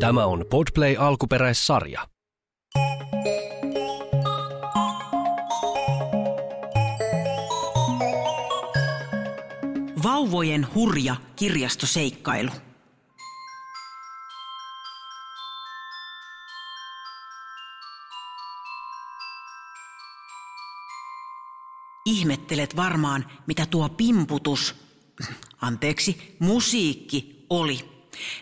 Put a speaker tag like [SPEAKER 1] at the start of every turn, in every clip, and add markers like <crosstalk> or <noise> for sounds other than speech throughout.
[SPEAKER 1] Tämä on Podplay alkuperäissarja.
[SPEAKER 2] Vauvojen hurja kirjastoseikkailu. Ihmettelet varmaan, mitä tuo pimputus, anteeksi, musiikki oli.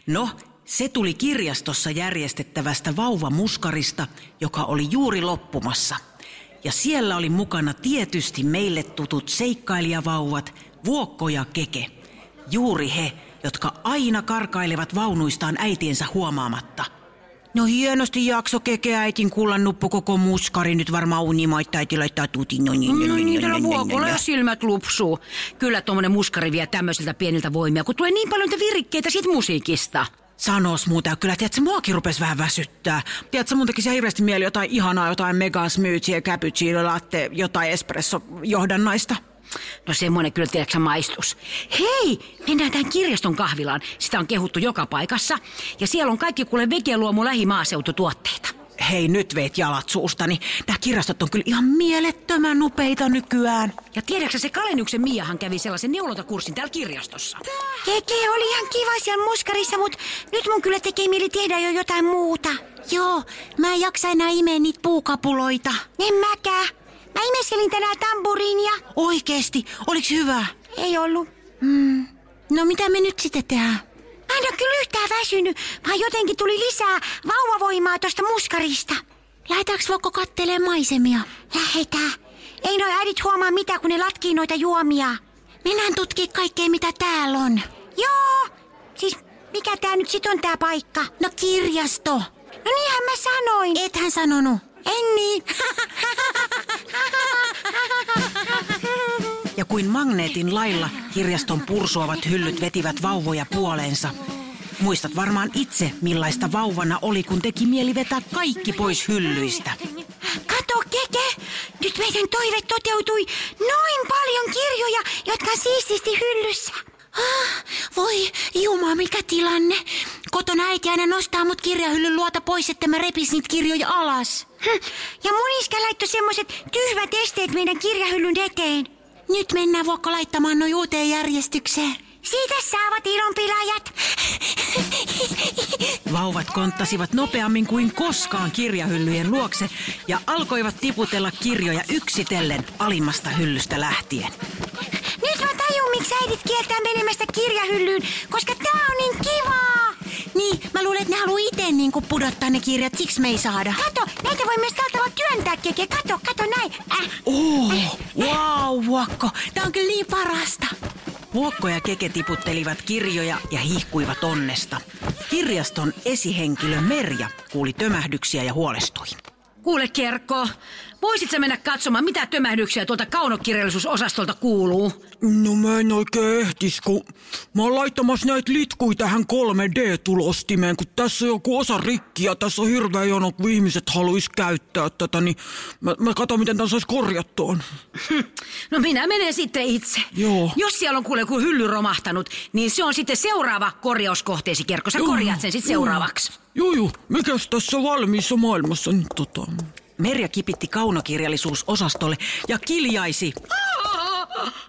[SPEAKER 2] No, se tuli kirjastossa järjestettävästä vauvamuskarista, joka oli juuri loppumassa. Ja siellä oli mukana tietysti meille tutut seikkailijavauvat, Vuokko ja Keke. Juuri he, jotka aina karkailevat vaunuistaan äitiensä huomaamatta. No hienosti jakso Keke äitin kullan nuppu koko muskari nyt varmaan unimaita täiti laittaa tutin. No niin,
[SPEAKER 3] No niin, tällä vuokolla ja silmät lupsuu. Kyllä tuommoinen muskari vie tämmöisiltä pieniltä voimia, kun tulee niin paljon niitä virikkeitä sit musiikista.
[SPEAKER 2] Sanos muuta, kyllä tiedätkö, muakin rupes vähän väsyttää. Tiedätkö, mun tekisi ihan hirveästi mieli jotain ihanaa, jotain Megan Smoothie, cappuccino latte, jotain espresso johdannaista.
[SPEAKER 3] No semmoinen kyllä tiedätkö maistus. Hei, mennään tähän kirjaston kahvilaan. Sitä on kehuttu joka paikassa. Ja siellä on kaikki kuule vegeluomu lähimaaseututuotteita.
[SPEAKER 2] Hei, nyt veit jalat suustani. Nämä kirjastot on kyllä ihan mielettömän upeita nykyään.
[SPEAKER 3] Ja tiedätkö se Kalenyksen Miahan kävi sellaisen neulontakurssin täällä kirjastossa.
[SPEAKER 4] Keke oli ihan kiva siellä muskarissa, mutta nyt mun kyllä tekee mieli tehdä jo jotain muuta. Joo, mä en jaksa enää imeä niitä puukapuloita. En mäkään. Mä imeskelin tänään tamburiinia.
[SPEAKER 2] Oikeesti, oliks hyvä?
[SPEAKER 4] Ei ollut. Mm.
[SPEAKER 2] No mitä me nyt sitten tehdään?
[SPEAKER 4] Mä en ole kyllä yhtään väsynyt, vaan jotenkin tuli lisää vauvavoimaa tosta muskarista. Lähetäänkö Vokko kattelee maisemia? Lähetään. Ei noi äidit huomaa mitään, kun ne latkii noita juomia. Mennään tutkii kaikkea, mitä täällä on. Joo. Siis mikä tää nyt sit on tää paikka? No kirjasto. No niinhän mä sanoin. Ethän sanonut. En niin.
[SPEAKER 2] Ja kuin magneetin lailla kirjaston pursuavat hyllyt vetivät vauvoja puoleensa. Muistat varmaan itse, millaista vauvana oli, kun teki mieli vetää kaikki pois hyllyistä.
[SPEAKER 4] Kato, Keke! Nyt meidän toive toteutui noin paljon kirjoja, jotka on siististi hyllyssä. Ah, voi juma, mikä tilanne. Kotona äiti aina nostaa mut kirjahyllyn luota pois, että mä repis niitä kirjoja alas. Hm, Ja mun iskä laittoi semmoset tyhvät esteet meidän kirjahyllyn eteen. Nyt mennään vuokko laittamaan noi uuteen järjestykseen. Siitä saavat ilonpilaajat.
[SPEAKER 2] Vauvat konttasivat nopeammin kuin koskaan kirjahyllyjen luokse ja alkoivat tiputella kirjoja yksitellen alimmasta hyllystä lähtien.
[SPEAKER 4] Nyt mä tajun, miksi äidit kieltää menemästä kirjahyllyyn, koska tää on niin kivaa! Niin, mä luulen, että ne haluaa itse niin kuin pudottaa ne kirjat, siksi me ei saada. Kato, näitä voi myös tällä tavalla työntää, Keke. Kato, kato näin. Äh.
[SPEAKER 2] Oh, wow, Vuokko. Tää on kyllä niin parasta. Vuokko ja Keke tiputtelivat kirjoja ja hihkuivat onnesta. Kirjaston esihenkilö Merja kuuli tömähdyksiä ja huolestui.
[SPEAKER 3] Kuule Kerkko, voisit sä mennä katsomaan, mitä tömähdyksiä tuolta kaunokirjallisuusosastolta kuuluu?
[SPEAKER 5] No mä en oikein ehtis, kun mä oon laittamassa näitä litkui tähän 3D-tulostimeen, kun tässä on joku osa rikki ja tässä on hirveä jono, kun ihmiset haluais käyttää tätä, niin mä, mä katon, miten tämän saisi korjattua.
[SPEAKER 3] No minä menen sitten itse.
[SPEAKER 5] Joo.
[SPEAKER 3] Jos siellä on kuule joku hylly romahtanut, niin se on sitten seuraava korjauskohteesi, Kerkko. Sä korjaat sen sitten seuraavaksi.
[SPEAKER 5] Juu, juu, mikäs tässä valmiissa maailmassa nyt tota?
[SPEAKER 2] Merja kipitti kaunokirjallisuusosastolle ja kiljaisi,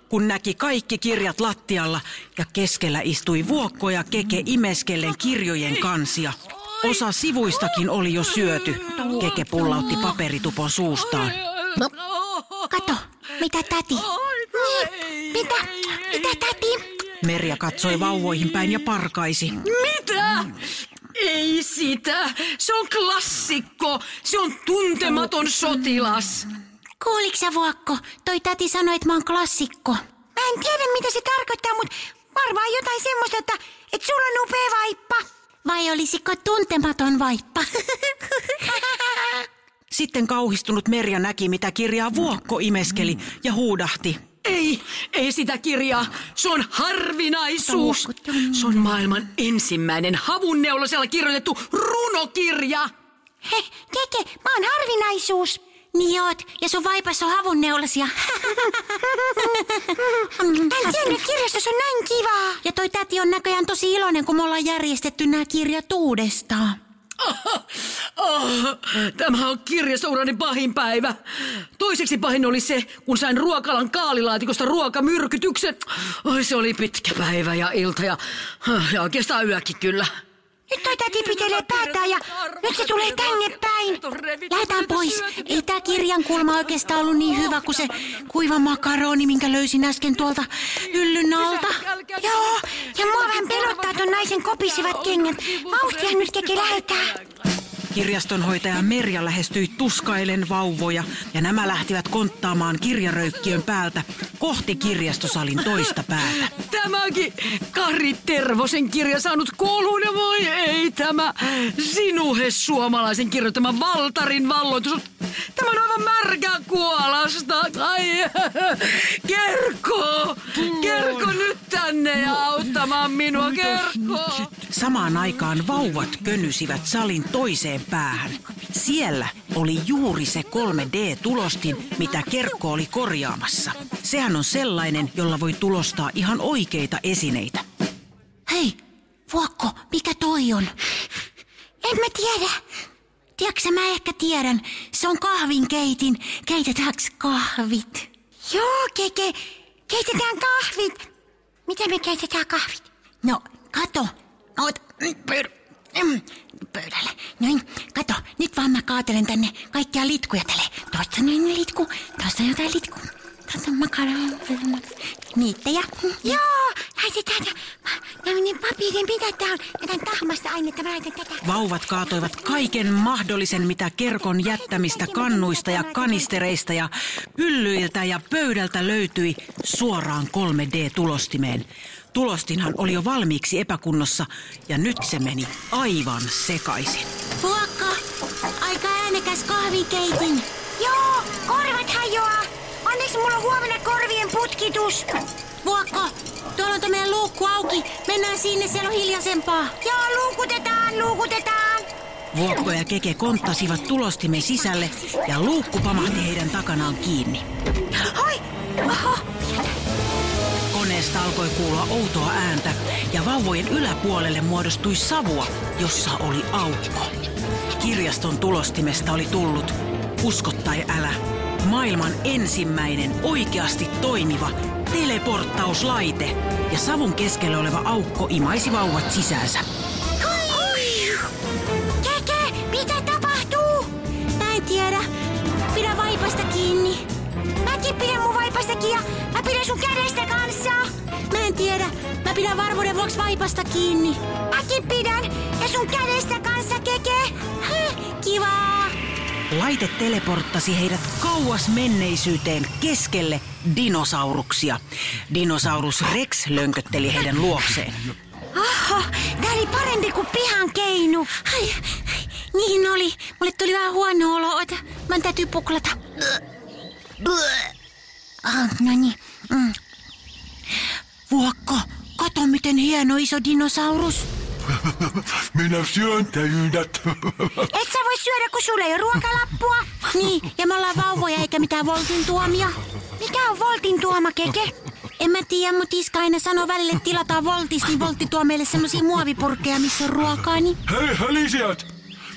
[SPEAKER 2] kun näki kaikki kirjat lattialla ja keskellä istui Vuokko ja Keke imeskellen kirjojen kansia. Osa sivuistakin oli jo syöty. Keke pullautti paperitupon suustaan.
[SPEAKER 4] Kato, mitä täti? Niin, mitä? Mitä täti?
[SPEAKER 2] Merja katsoi vauvoihin päin ja parkaisi.
[SPEAKER 3] Mitä? Ei sitä. Se on klassikko. Se on tuntematon sotilas.
[SPEAKER 4] Kuuliks sä, Vuokko? Toi täti sanoi, että mä oon klassikko. Mä en tiedä, mitä se tarkoittaa, mutta varmaan jotain semmoista, että, että sulla on upea vaippa. Vai olisiko tuntematon vaippa? <laughs>
[SPEAKER 2] Sitten kauhistunut Merja näki, mitä kirjaa Vuokko imeskeli ja huudahti.
[SPEAKER 3] Ei, ei sitä kirjaa. Se on harvinaisuus. Se on maailman ensimmäinen havunneulasella kirjoitettu runokirja.
[SPEAKER 4] He, Keke, mä oon harvinaisuus. Niin oot, ja sun vaipas on havunneulasia. Mä en tiennyt, että kirjastossa on näin kivaa. Ja toi täti on näköjään tosi iloinen, kun me ollaan järjestetty nämä kirjat uudestaan.
[SPEAKER 3] Oh, tämä on kirjasourani pahin päivä. Toiseksi pahin oli se, kun sain ruokalan kaalilaatikosta ruokamyrkytyksen. Oi, se oli pitkä päivä ja ilta ja, ja oikeastaan yökin kyllä.
[SPEAKER 6] Nyt toi täti pitelee päätään ja nyt se tulee tänne päin. Lähdetään pois. Ei tää kirjan kulma oikeastaan ollut niin hyvä kuin se kuiva makaroni, minkä löysin äsken tuolta hyllyn alta.
[SPEAKER 4] Joo, ja mua vähän pelottaa ton naisen kopisivat kengät. Vauhtia nyt keke lähetään.
[SPEAKER 2] Kirjastonhoitaja Merja lähestyi tuskailen vauvoja ja nämä lähtivät konttaamaan kirjaröykkiön päältä kohti kirjastosalin toista päätä.
[SPEAKER 3] Tämäkin Kari Tervosen kirja saanut kouluun ja voi ei tämä sinuhe suomalaisen kirjoittama Valtarin valloitus. on- Tämä on aivan märkä kuolasta. Ai, Kerkko! Kerkko nyt tänne ja auttamaan minua, Kerkko!
[SPEAKER 2] Samaan aikaan vauvat könysivät salin toiseen päähän. Siellä oli juuri se 3D-tulostin, mitä Kerkko oli korjaamassa. Sehän on sellainen, jolla voi tulostaa ihan oikeita esineitä.
[SPEAKER 6] Hei, Vuokko, mikä toi on? En mä tiedä. Tiedätkö, mä ehkä tiedän. Se on kahvinkeitin. Keitetäänkö kahvit?
[SPEAKER 4] Joo, keke. Keitetään kahvit. Miten me keitetään kahvit?
[SPEAKER 6] No, kato. Oot mm, pöydä, mm, pöydälle. Noin, kato. Nyt vaan mä kaatelen tänne kaikkia litkuja tälle. Tuossa on litku, tuossa on jotain litku. Tuossa on makaron. Niitä ja... Mm.
[SPEAKER 4] Joo, laitetaan. Mä- Tämmönen papirin mitä tää on? Jotain tahmasta ainetta. Mä laitan tätä.
[SPEAKER 2] Vauvat kaatoivat kaiken mahdollisen, mitä Kerkon jättämistä kannuista ja kanistereista ja hyllyiltä ja pöydältä löytyi suoraan 3D-tulostimeen. Tulostinhan oli jo valmiiksi epäkunnossa ja nyt se meni aivan sekaisin.
[SPEAKER 6] Vuokko, aika äänekäs kahvinkeitin.
[SPEAKER 4] Joo, korvat hajoaa. Onneksi mulla on huomenna korvien putkitus.
[SPEAKER 6] Vuokko, tuolla on tämä meidän luukku auki. Mennään sinne, siellä on hiljaisempaa.
[SPEAKER 4] Joo, luukutetaan, luukutetaan.
[SPEAKER 2] Vuokko ja Keke konttasivat tulostimen sisälle ja luukku pamahti heidän takanaan kiinni.
[SPEAKER 4] Hoi! Oho,
[SPEAKER 2] Koneesta alkoi kuulua outoa ääntä ja vauvojen yläpuolelle muodostui savua, jossa oli aukko. Kirjaston tulostimesta oli tullut, usko tai älä, maailman ensimmäinen oikeasti toimiva teleporttauslaite ja savun keskellä oleva aukko imaisi vauvat sisäänsä.
[SPEAKER 4] keke, mitä tapahtuu? Mä en tiedä. Pidä vaipasta kiinni. Mäkin pidän mun vaipasta kiinni ja mä pidän sun kädestä kanssa.
[SPEAKER 6] Mä en tiedä. Mä pidän varmuuden vuoksi vaipasta kiinni.
[SPEAKER 4] Mäkin pidän ja sun kädestä kanssa, keke. Häh, Kivaa.
[SPEAKER 2] Laite teleporttasi heidät kauas menneisyyteen keskelle dinosauruksia. Dinosaurus Rex lönkötteli heidän luokseen.
[SPEAKER 4] Oho, tää oli parempi kuin pihan keinu.
[SPEAKER 6] Ai, ai, niin oli. Mulle tuli vähän huono olo. Ota, mä täytyy puklata. Ah, no niin. Mm. Vuokko, kato miten hieno iso dinosaurus.
[SPEAKER 7] Minä syön teidät. <laughs>
[SPEAKER 4] Et sä voi syödä, kun sulla ei ole ruokalappua.
[SPEAKER 6] Niin, ja me ollaan vauvoja eikä mitään voltin tuomia.
[SPEAKER 4] Mikä on Voltin tuoma keke?
[SPEAKER 6] En mä tiedä, mut iska aina sanoo välille, että tilataan voltista, niin voltti tuo meille semmosia muovipurkkeja, missä on ruokaa, niin...
[SPEAKER 7] Hei hälisijät!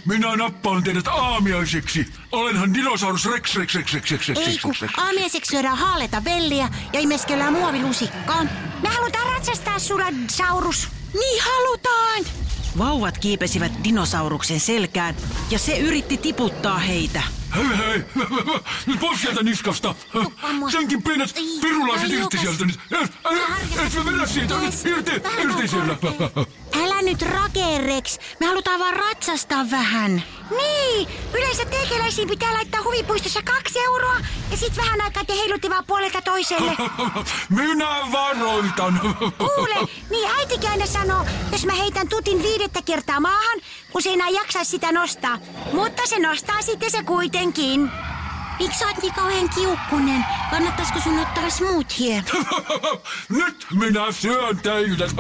[SPEAKER 7] Minä nappaan teidät aamiaiseksi. Olenhan dinosaurus Rex Rex Rex Rex Rex Rex
[SPEAKER 6] Ei
[SPEAKER 7] Rex
[SPEAKER 6] kun
[SPEAKER 7] Rex Rex.
[SPEAKER 6] aamiaiseksi syödään haaleta velliä ja imeskellään muovilusikkaa.
[SPEAKER 4] Me halutaan ratsastaa sulla, Saurus.
[SPEAKER 6] Niin halutaan!
[SPEAKER 2] Vauvat kiipesivät dinosauruksen selkään ja se yritti tiputtaa heitä.
[SPEAKER 7] Hei hei! <laughs> Nyt pois sieltä niskasta!
[SPEAKER 6] mua.
[SPEAKER 7] Senkin pienet
[SPEAKER 6] Ei,
[SPEAKER 7] pirulaiset
[SPEAKER 6] mä en
[SPEAKER 7] irti
[SPEAKER 6] juokas.
[SPEAKER 7] sieltä niin nyt! Et, et, et mä vedä siitä!
[SPEAKER 6] Jes,
[SPEAKER 7] Irti!
[SPEAKER 6] vähän on
[SPEAKER 7] Irti siellä!
[SPEAKER 6] korkea. Älä nyt rakee, Rex. Me halutaan vaan ratsastaa vähän.
[SPEAKER 4] Niin, yleensä teikäläisiin pitää laittaa huvipuistossa kaksi euroa ja sit vähän aikaa te heilutte vaan puolelta toiselle.
[SPEAKER 7] <laughs> <laughs> Minä varoitan!
[SPEAKER 4] Kuule, niin äitikin aina sanoo, jos mä heitän tutin viidettä kertaa maahan, kun se ei enää jaksaisi sitä nostaa. Mutta se nostaa sitten se kuitenkin.
[SPEAKER 6] Miksi sä oot niin kauhean kiukkunen? Kannattaisiko sun ottaa smoothie?
[SPEAKER 7] <laughs> Nyt minä syön teidät!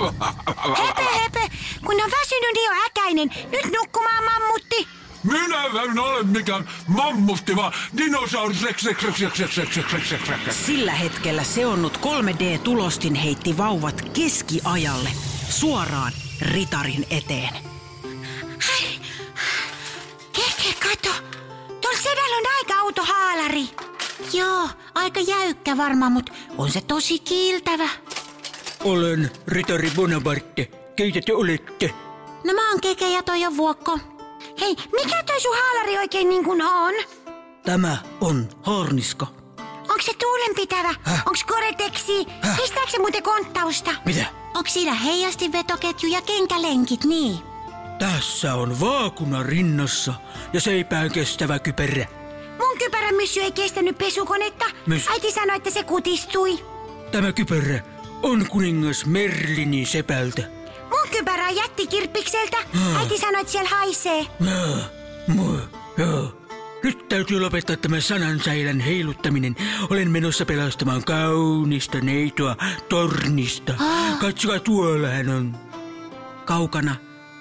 [SPEAKER 4] Hepe, hepe, kun ne on väsynyt, niin on äkäinen. Nyt nukkumaan, mammutti.
[SPEAKER 7] Minä en ole mikään mammutti, vaan dinosaurus Rex Rex Rex Rex Rex Rex Rex Rex Rex Rex.
[SPEAKER 2] Sillä hetkellä seonnut 3D-tulostin heitti vauvat keskiajalle suoraan ritarin eteen.
[SPEAKER 4] Ai, Kato, tuolla sedällä on aika outo haalari. Joo, aika jäykkä varmaan, mutta on se tosi kiiltävä.
[SPEAKER 5] Olen Ritari Bonaparte. Keitä te olette?
[SPEAKER 4] No mä oon keke ja toi on vuokko. Hei, mikä toi sun haalari oikein niin kuin on?
[SPEAKER 5] Tämä on haarniska.
[SPEAKER 4] Onko se tuulenpitävä?
[SPEAKER 5] Häh?
[SPEAKER 4] Onko koreteksi? Kestääkö se muuten konttausta?
[SPEAKER 5] Mitä?
[SPEAKER 4] Onko siinä heijastinvetoketju ja kenkälenkit, niin?
[SPEAKER 5] Tässä on vaakuna rinnassa ja seipään kestävä kypärä.
[SPEAKER 4] Mun kypärämyssy ei kestänyt pesukonetta.
[SPEAKER 5] Mys-
[SPEAKER 4] Äiti sanoi, että se kutistui.
[SPEAKER 5] Tämä kypärä on kuningas Merlinin sepältä.
[SPEAKER 4] Mun kypärä on jättikirppikseltä. Äiti sanoi, että siellä haisee.
[SPEAKER 5] Joo, mu- joo. Nyt täytyy lopettaa tämä sanansäilän heiluttaminen. Olen menossa pelastamaan kaunista neitoa tornista. Katsokaa, tuolla hän on.
[SPEAKER 2] Kaukana,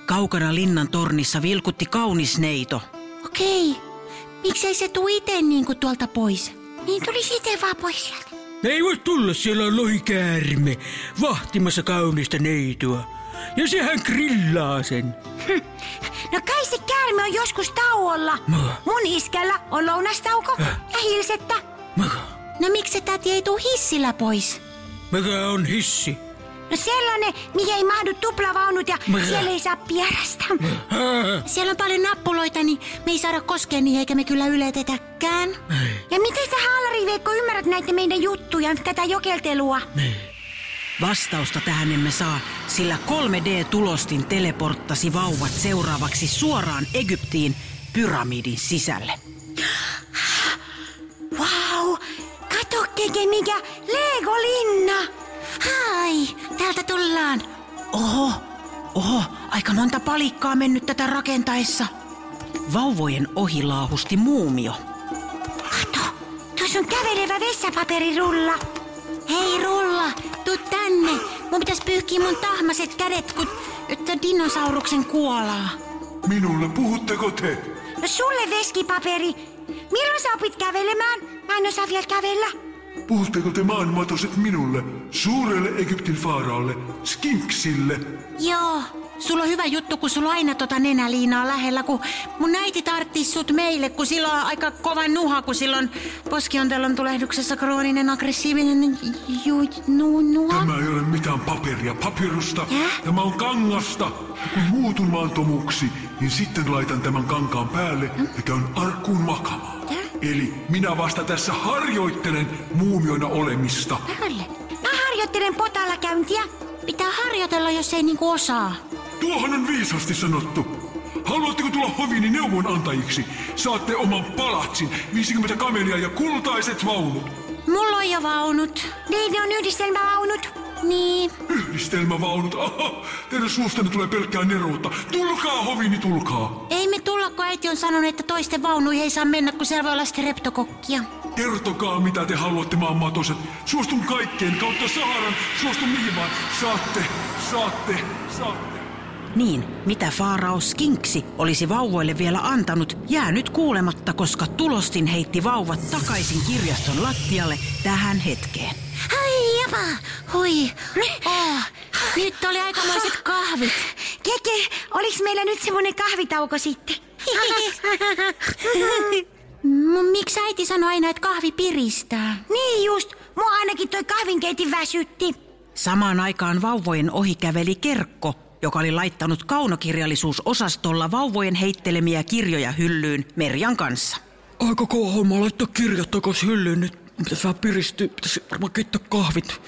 [SPEAKER 2] kaukana linnan tornissa vilkutti kaunis neito.
[SPEAKER 4] Okei. Miksei se tuu itse niin kuin tuolta pois? Niin tuli itse vaan pois sieltä.
[SPEAKER 5] Ei voi tulla, siellä on lohikäärme vahtimassa kaunista neitoa. Ja sehän grillaa sen.
[SPEAKER 4] No kai se käärme on joskus tauolla.
[SPEAKER 5] Mä-
[SPEAKER 4] Mun iskällä on lounastauko ja hilsettä.
[SPEAKER 5] Maka,
[SPEAKER 4] No miksi se täti ei tuu hissillä pois?
[SPEAKER 5] maka on hissi.
[SPEAKER 4] No sellainen, mihin ei mahdu tuplavaunut ja
[SPEAKER 5] Mä-
[SPEAKER 4] siellä ei saa pierästä.
[SPEAKER 5] Ah,
[SPEAKER 4] Siellä on paljon nappuloita, niin me ei saada koskea niihin eikä me kyllä yletetäkään. Ja miten sä haalariveikko ymmärrät näitä meidän juttuja, tätä jokeltelua?
[SPEAKER 2] Vastausta tähän emme saa, sillä 3D-tulostin teleporttasi vauvat seuraavaksi suoraan Egyptiin pyramidin sisälle.
[SPEAKER 4] Vau, kato keke mikä Lego-linna. Hai, täältä tullaan.
[SPEAKER 2] Oho, oho, aika monta palikkaa mennyt tätä rakentaessa. Vauvojen ohi laahusti muumio.
[SPEAKER 4] Kato, tuossa on kävelevä vessapaperirulla. Hei rulla, tuu tänne. Mun pitäisi pyyhkiä mun tahmaset kädet, kun että dinosauruksen kuolaa.
[SPEAKER 7] Minulle puhutteko te?
[SPEAKER 4] No sulle veskipaperi. Milloin sä opit kävelemään? Mä en osaa vielä kävellä.
[SPEAKER 7] Puhutteko te maanmatoset minulle, suurelle Egyptin faaraalle, skinksille?
[SPEAKER 4] Joo, sulla on hyvä juttu, kun sulla on aina tota nenäliinaa lähellä, kun mun äiti tarttis sut meille, kun sillä on aika kova nuha, kun silloin poskiontelon tulehduksessa krooninen aggressiivinen ju, nu, nuha.
[SPEAKER 7] Tämä ei ole mitään paperia, papirusta.
[SPEAKER 4] Häh?
[SPEAKER 7] Tämä on kangasta. Kun muutun maantomuksi, niin sitten laitan tämän kankaan päälle ja käyn arkkuun makamaan. Eli minä vasta tässä harjoittelen muumioina olemista.
[SPEAKER 4] Päälle. Mä harjoittelen potalla käyntiä. Pitää harjoitella, jos ei niinku osaa.
[SPEAKER 7] Tuohan on viisasti sanottu. Haluatteko tulla hovini neuvonantajiksi? Saatte oman palatsin, 50 kamelia ja kultaiset vaunut.
[SPEAKER 4] Mulla on jo vaunut. Niin, ne on yhdistelmävaunut. Niin.
[SPEAKER 7] Yhdistelmävaunut, aha, teidän suustanne tulee pelkkää neroutta. Tulkaa hovini, tulkaa.
[SPEAKER 4] Ei me tulla, kun äiti on sanonut, että toisten vaunuihin ei saa mennä, kun siellä voi olla streptokokkia.
[SPEAKER 7] Kertokaa mitä te haluatte maanmatoset. Suostun kaikkeen kautta Saharan, suostun mihin vaan. Saatte, saatte, saatte.
[SPEAKER 2] Niin, mitä Faarao Skinksi olisi vauvoille vielä antanut, jää nyt kuulematta, koska tulostin heitti vauvat takaisin kirjaston lattialle tähän hetkeen.
[SPEAKER 4] Ai japa, hui. Oh, nyt oli aikamoiset kahvit. Keke, oliks meillä nyt semmonen kahvitauko sitten? Miksi äiti sanoi aina, että kahvi piristää? Niin just, mua ainakin toi kahvinkeitin väsytti.
[SPEAKER 2] Samaan aikaan vauvojen ohi käveli Kerkko, joka oli laittanut kaunokirjallisuusosastolla vauvojen heittelemiä kirjoja hyllyyn Merjan kanssa.
[SPEAKER 5] Aika kova homma laittaa kirjat takas hyllyyn nyt. Pitäis vähän piristyä, pitäis varmaan keittää kahvit.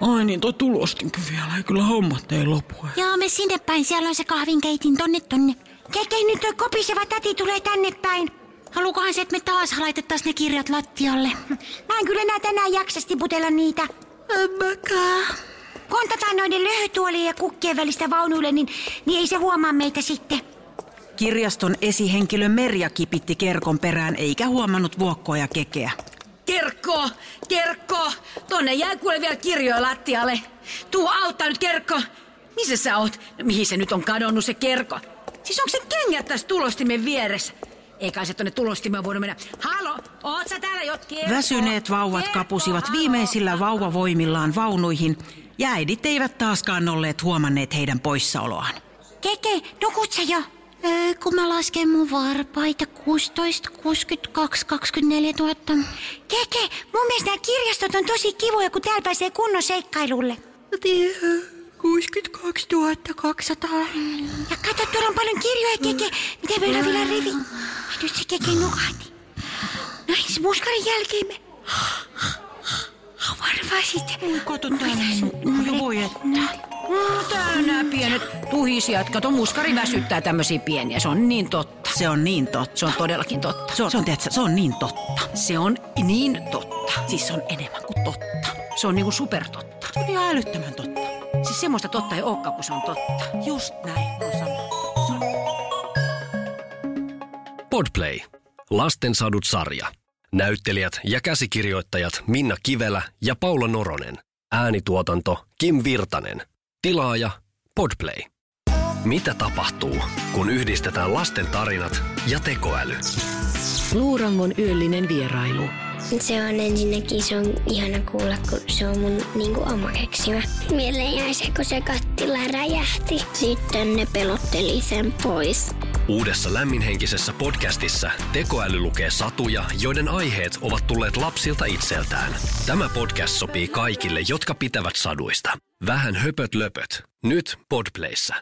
[SPEAKER 5] Ai niin, toi tulostinkin vielä, ei kyllä hommat ei lopu.
[SPEAKER 4] Joo, me sinne päin, siellä on se kahvinkeitin tonne tonne. Keke, nyt toi kopiseva täti tulee tänne päin. Haluukohan se, että me taas laitettaisiin ne kirjat lattialle? Mä en kyllä enää tänään jaksa tiputella niitä. Mäkää. Kontataan noiden löhytuolien ja kukkien välistä vaunuille, niin, niin ei se huomaa meitä sitten.
[SPEAKER 2] Kirjaston esihenkilö Merja kipitti Kerkon perään eikä huomannut vuokkoa ja kekeä.
[SPEAKER 3] Kerkko, kerkko, tonne jää kuule vielä kirjoja lattialle. Tuu auttaa nyt, kerkko. Missä sä oot? No, mihin se nyt on kadonnut se kerkko? Siis onko se kengät tässä tulostimen vieressä? Eikä se tonne tulostimeen voinut mennä. Halo, oot sä täällä jo? Kerkko,
[SPEAKER 2] Väsyneet vauvat
[SPEAKER 3] Kerkko,
[SPEAKER 2] kapusivat
[SPEAKER 3] halo.
[SPEAKER 2] viimeisillä vauvavoimillaan vaunuihin ja äidit eivät taaskaan olleet huomanneet heidän poissaoloaan.
[SPEAKER 4] Keke, nukut sä jo? Öö, kun mä lasken mun varpaita 16, 62, 24 000.
[SPEAKER 6] Keke, mun mielestä nämä kirjastot on tosi kivoja, kun täällä pääsee kunnon seikkailulle.
[SPEAKER 4] 62 200.
[SPEAKER 6] Ja kato, tuolla on paljon kirjoja, Keke. Miten meillä on vielä rivi? Nyt se Keke nukahti. Näin se muskarin jälkeen me... Varvasit.
[SPEAKER 2] Kato täällä, no voi että.
[SPEAKER 3] No, tää nämä pienet tuhisijat. Kato, muskari väsyttää tämmöisiä pieniä. Se on niin totta.
[SPEAKER 2] Se on niin totta.
[SPEAKER 3] Se on todellakin totta.
[SPEAKER 2] Se on, se on, tiedätkö, se on niin totta.
[SPEAKER 3] Se on niin totta.
[SPEAKER 2] Siis se on enemmän kuin totta.
[SPEAKER 3] Se on niinku supertotta.
[SPEAKER 2] Se on ihan älyttömän totta.
[SPEAKER 3] Siis semmoista totta ei olekaan, kun se on totta.
[SPEAKER 2] Just näin. On sama.
[SPEAKER 1] Podplay. Lastensadut sarja. Näyttelijät ja käsikirjoittajat Minna Kivelä ja Paula Noronen. Äänituotanto Kim Virtanen. Tilaaja Podplay. Mitä tapahtuu, kun yhdistetään lasten tarinat ja tekoäly?
[SPEAKER 8] Luurangon yöllinen vierailu.
[SPEAKER 9] Se on ensinnäkin, se on ihana kuulla, kun se on mun niin kuin oma keksimä. Mieleen jäi se, kun se kattila räjähti. Sitten ne pelotteli sen pois.
[SPEAKER 1] Uudessa lämminhenkisessä podcastissa tekoäly lukee satuja, joiden aiheet ovat tulleet lapsilta itseltään. Tämä podcast sopii kaikille, jotka pitävät saduista. Vähän höpöt löpöt. Nyt Podplayssä.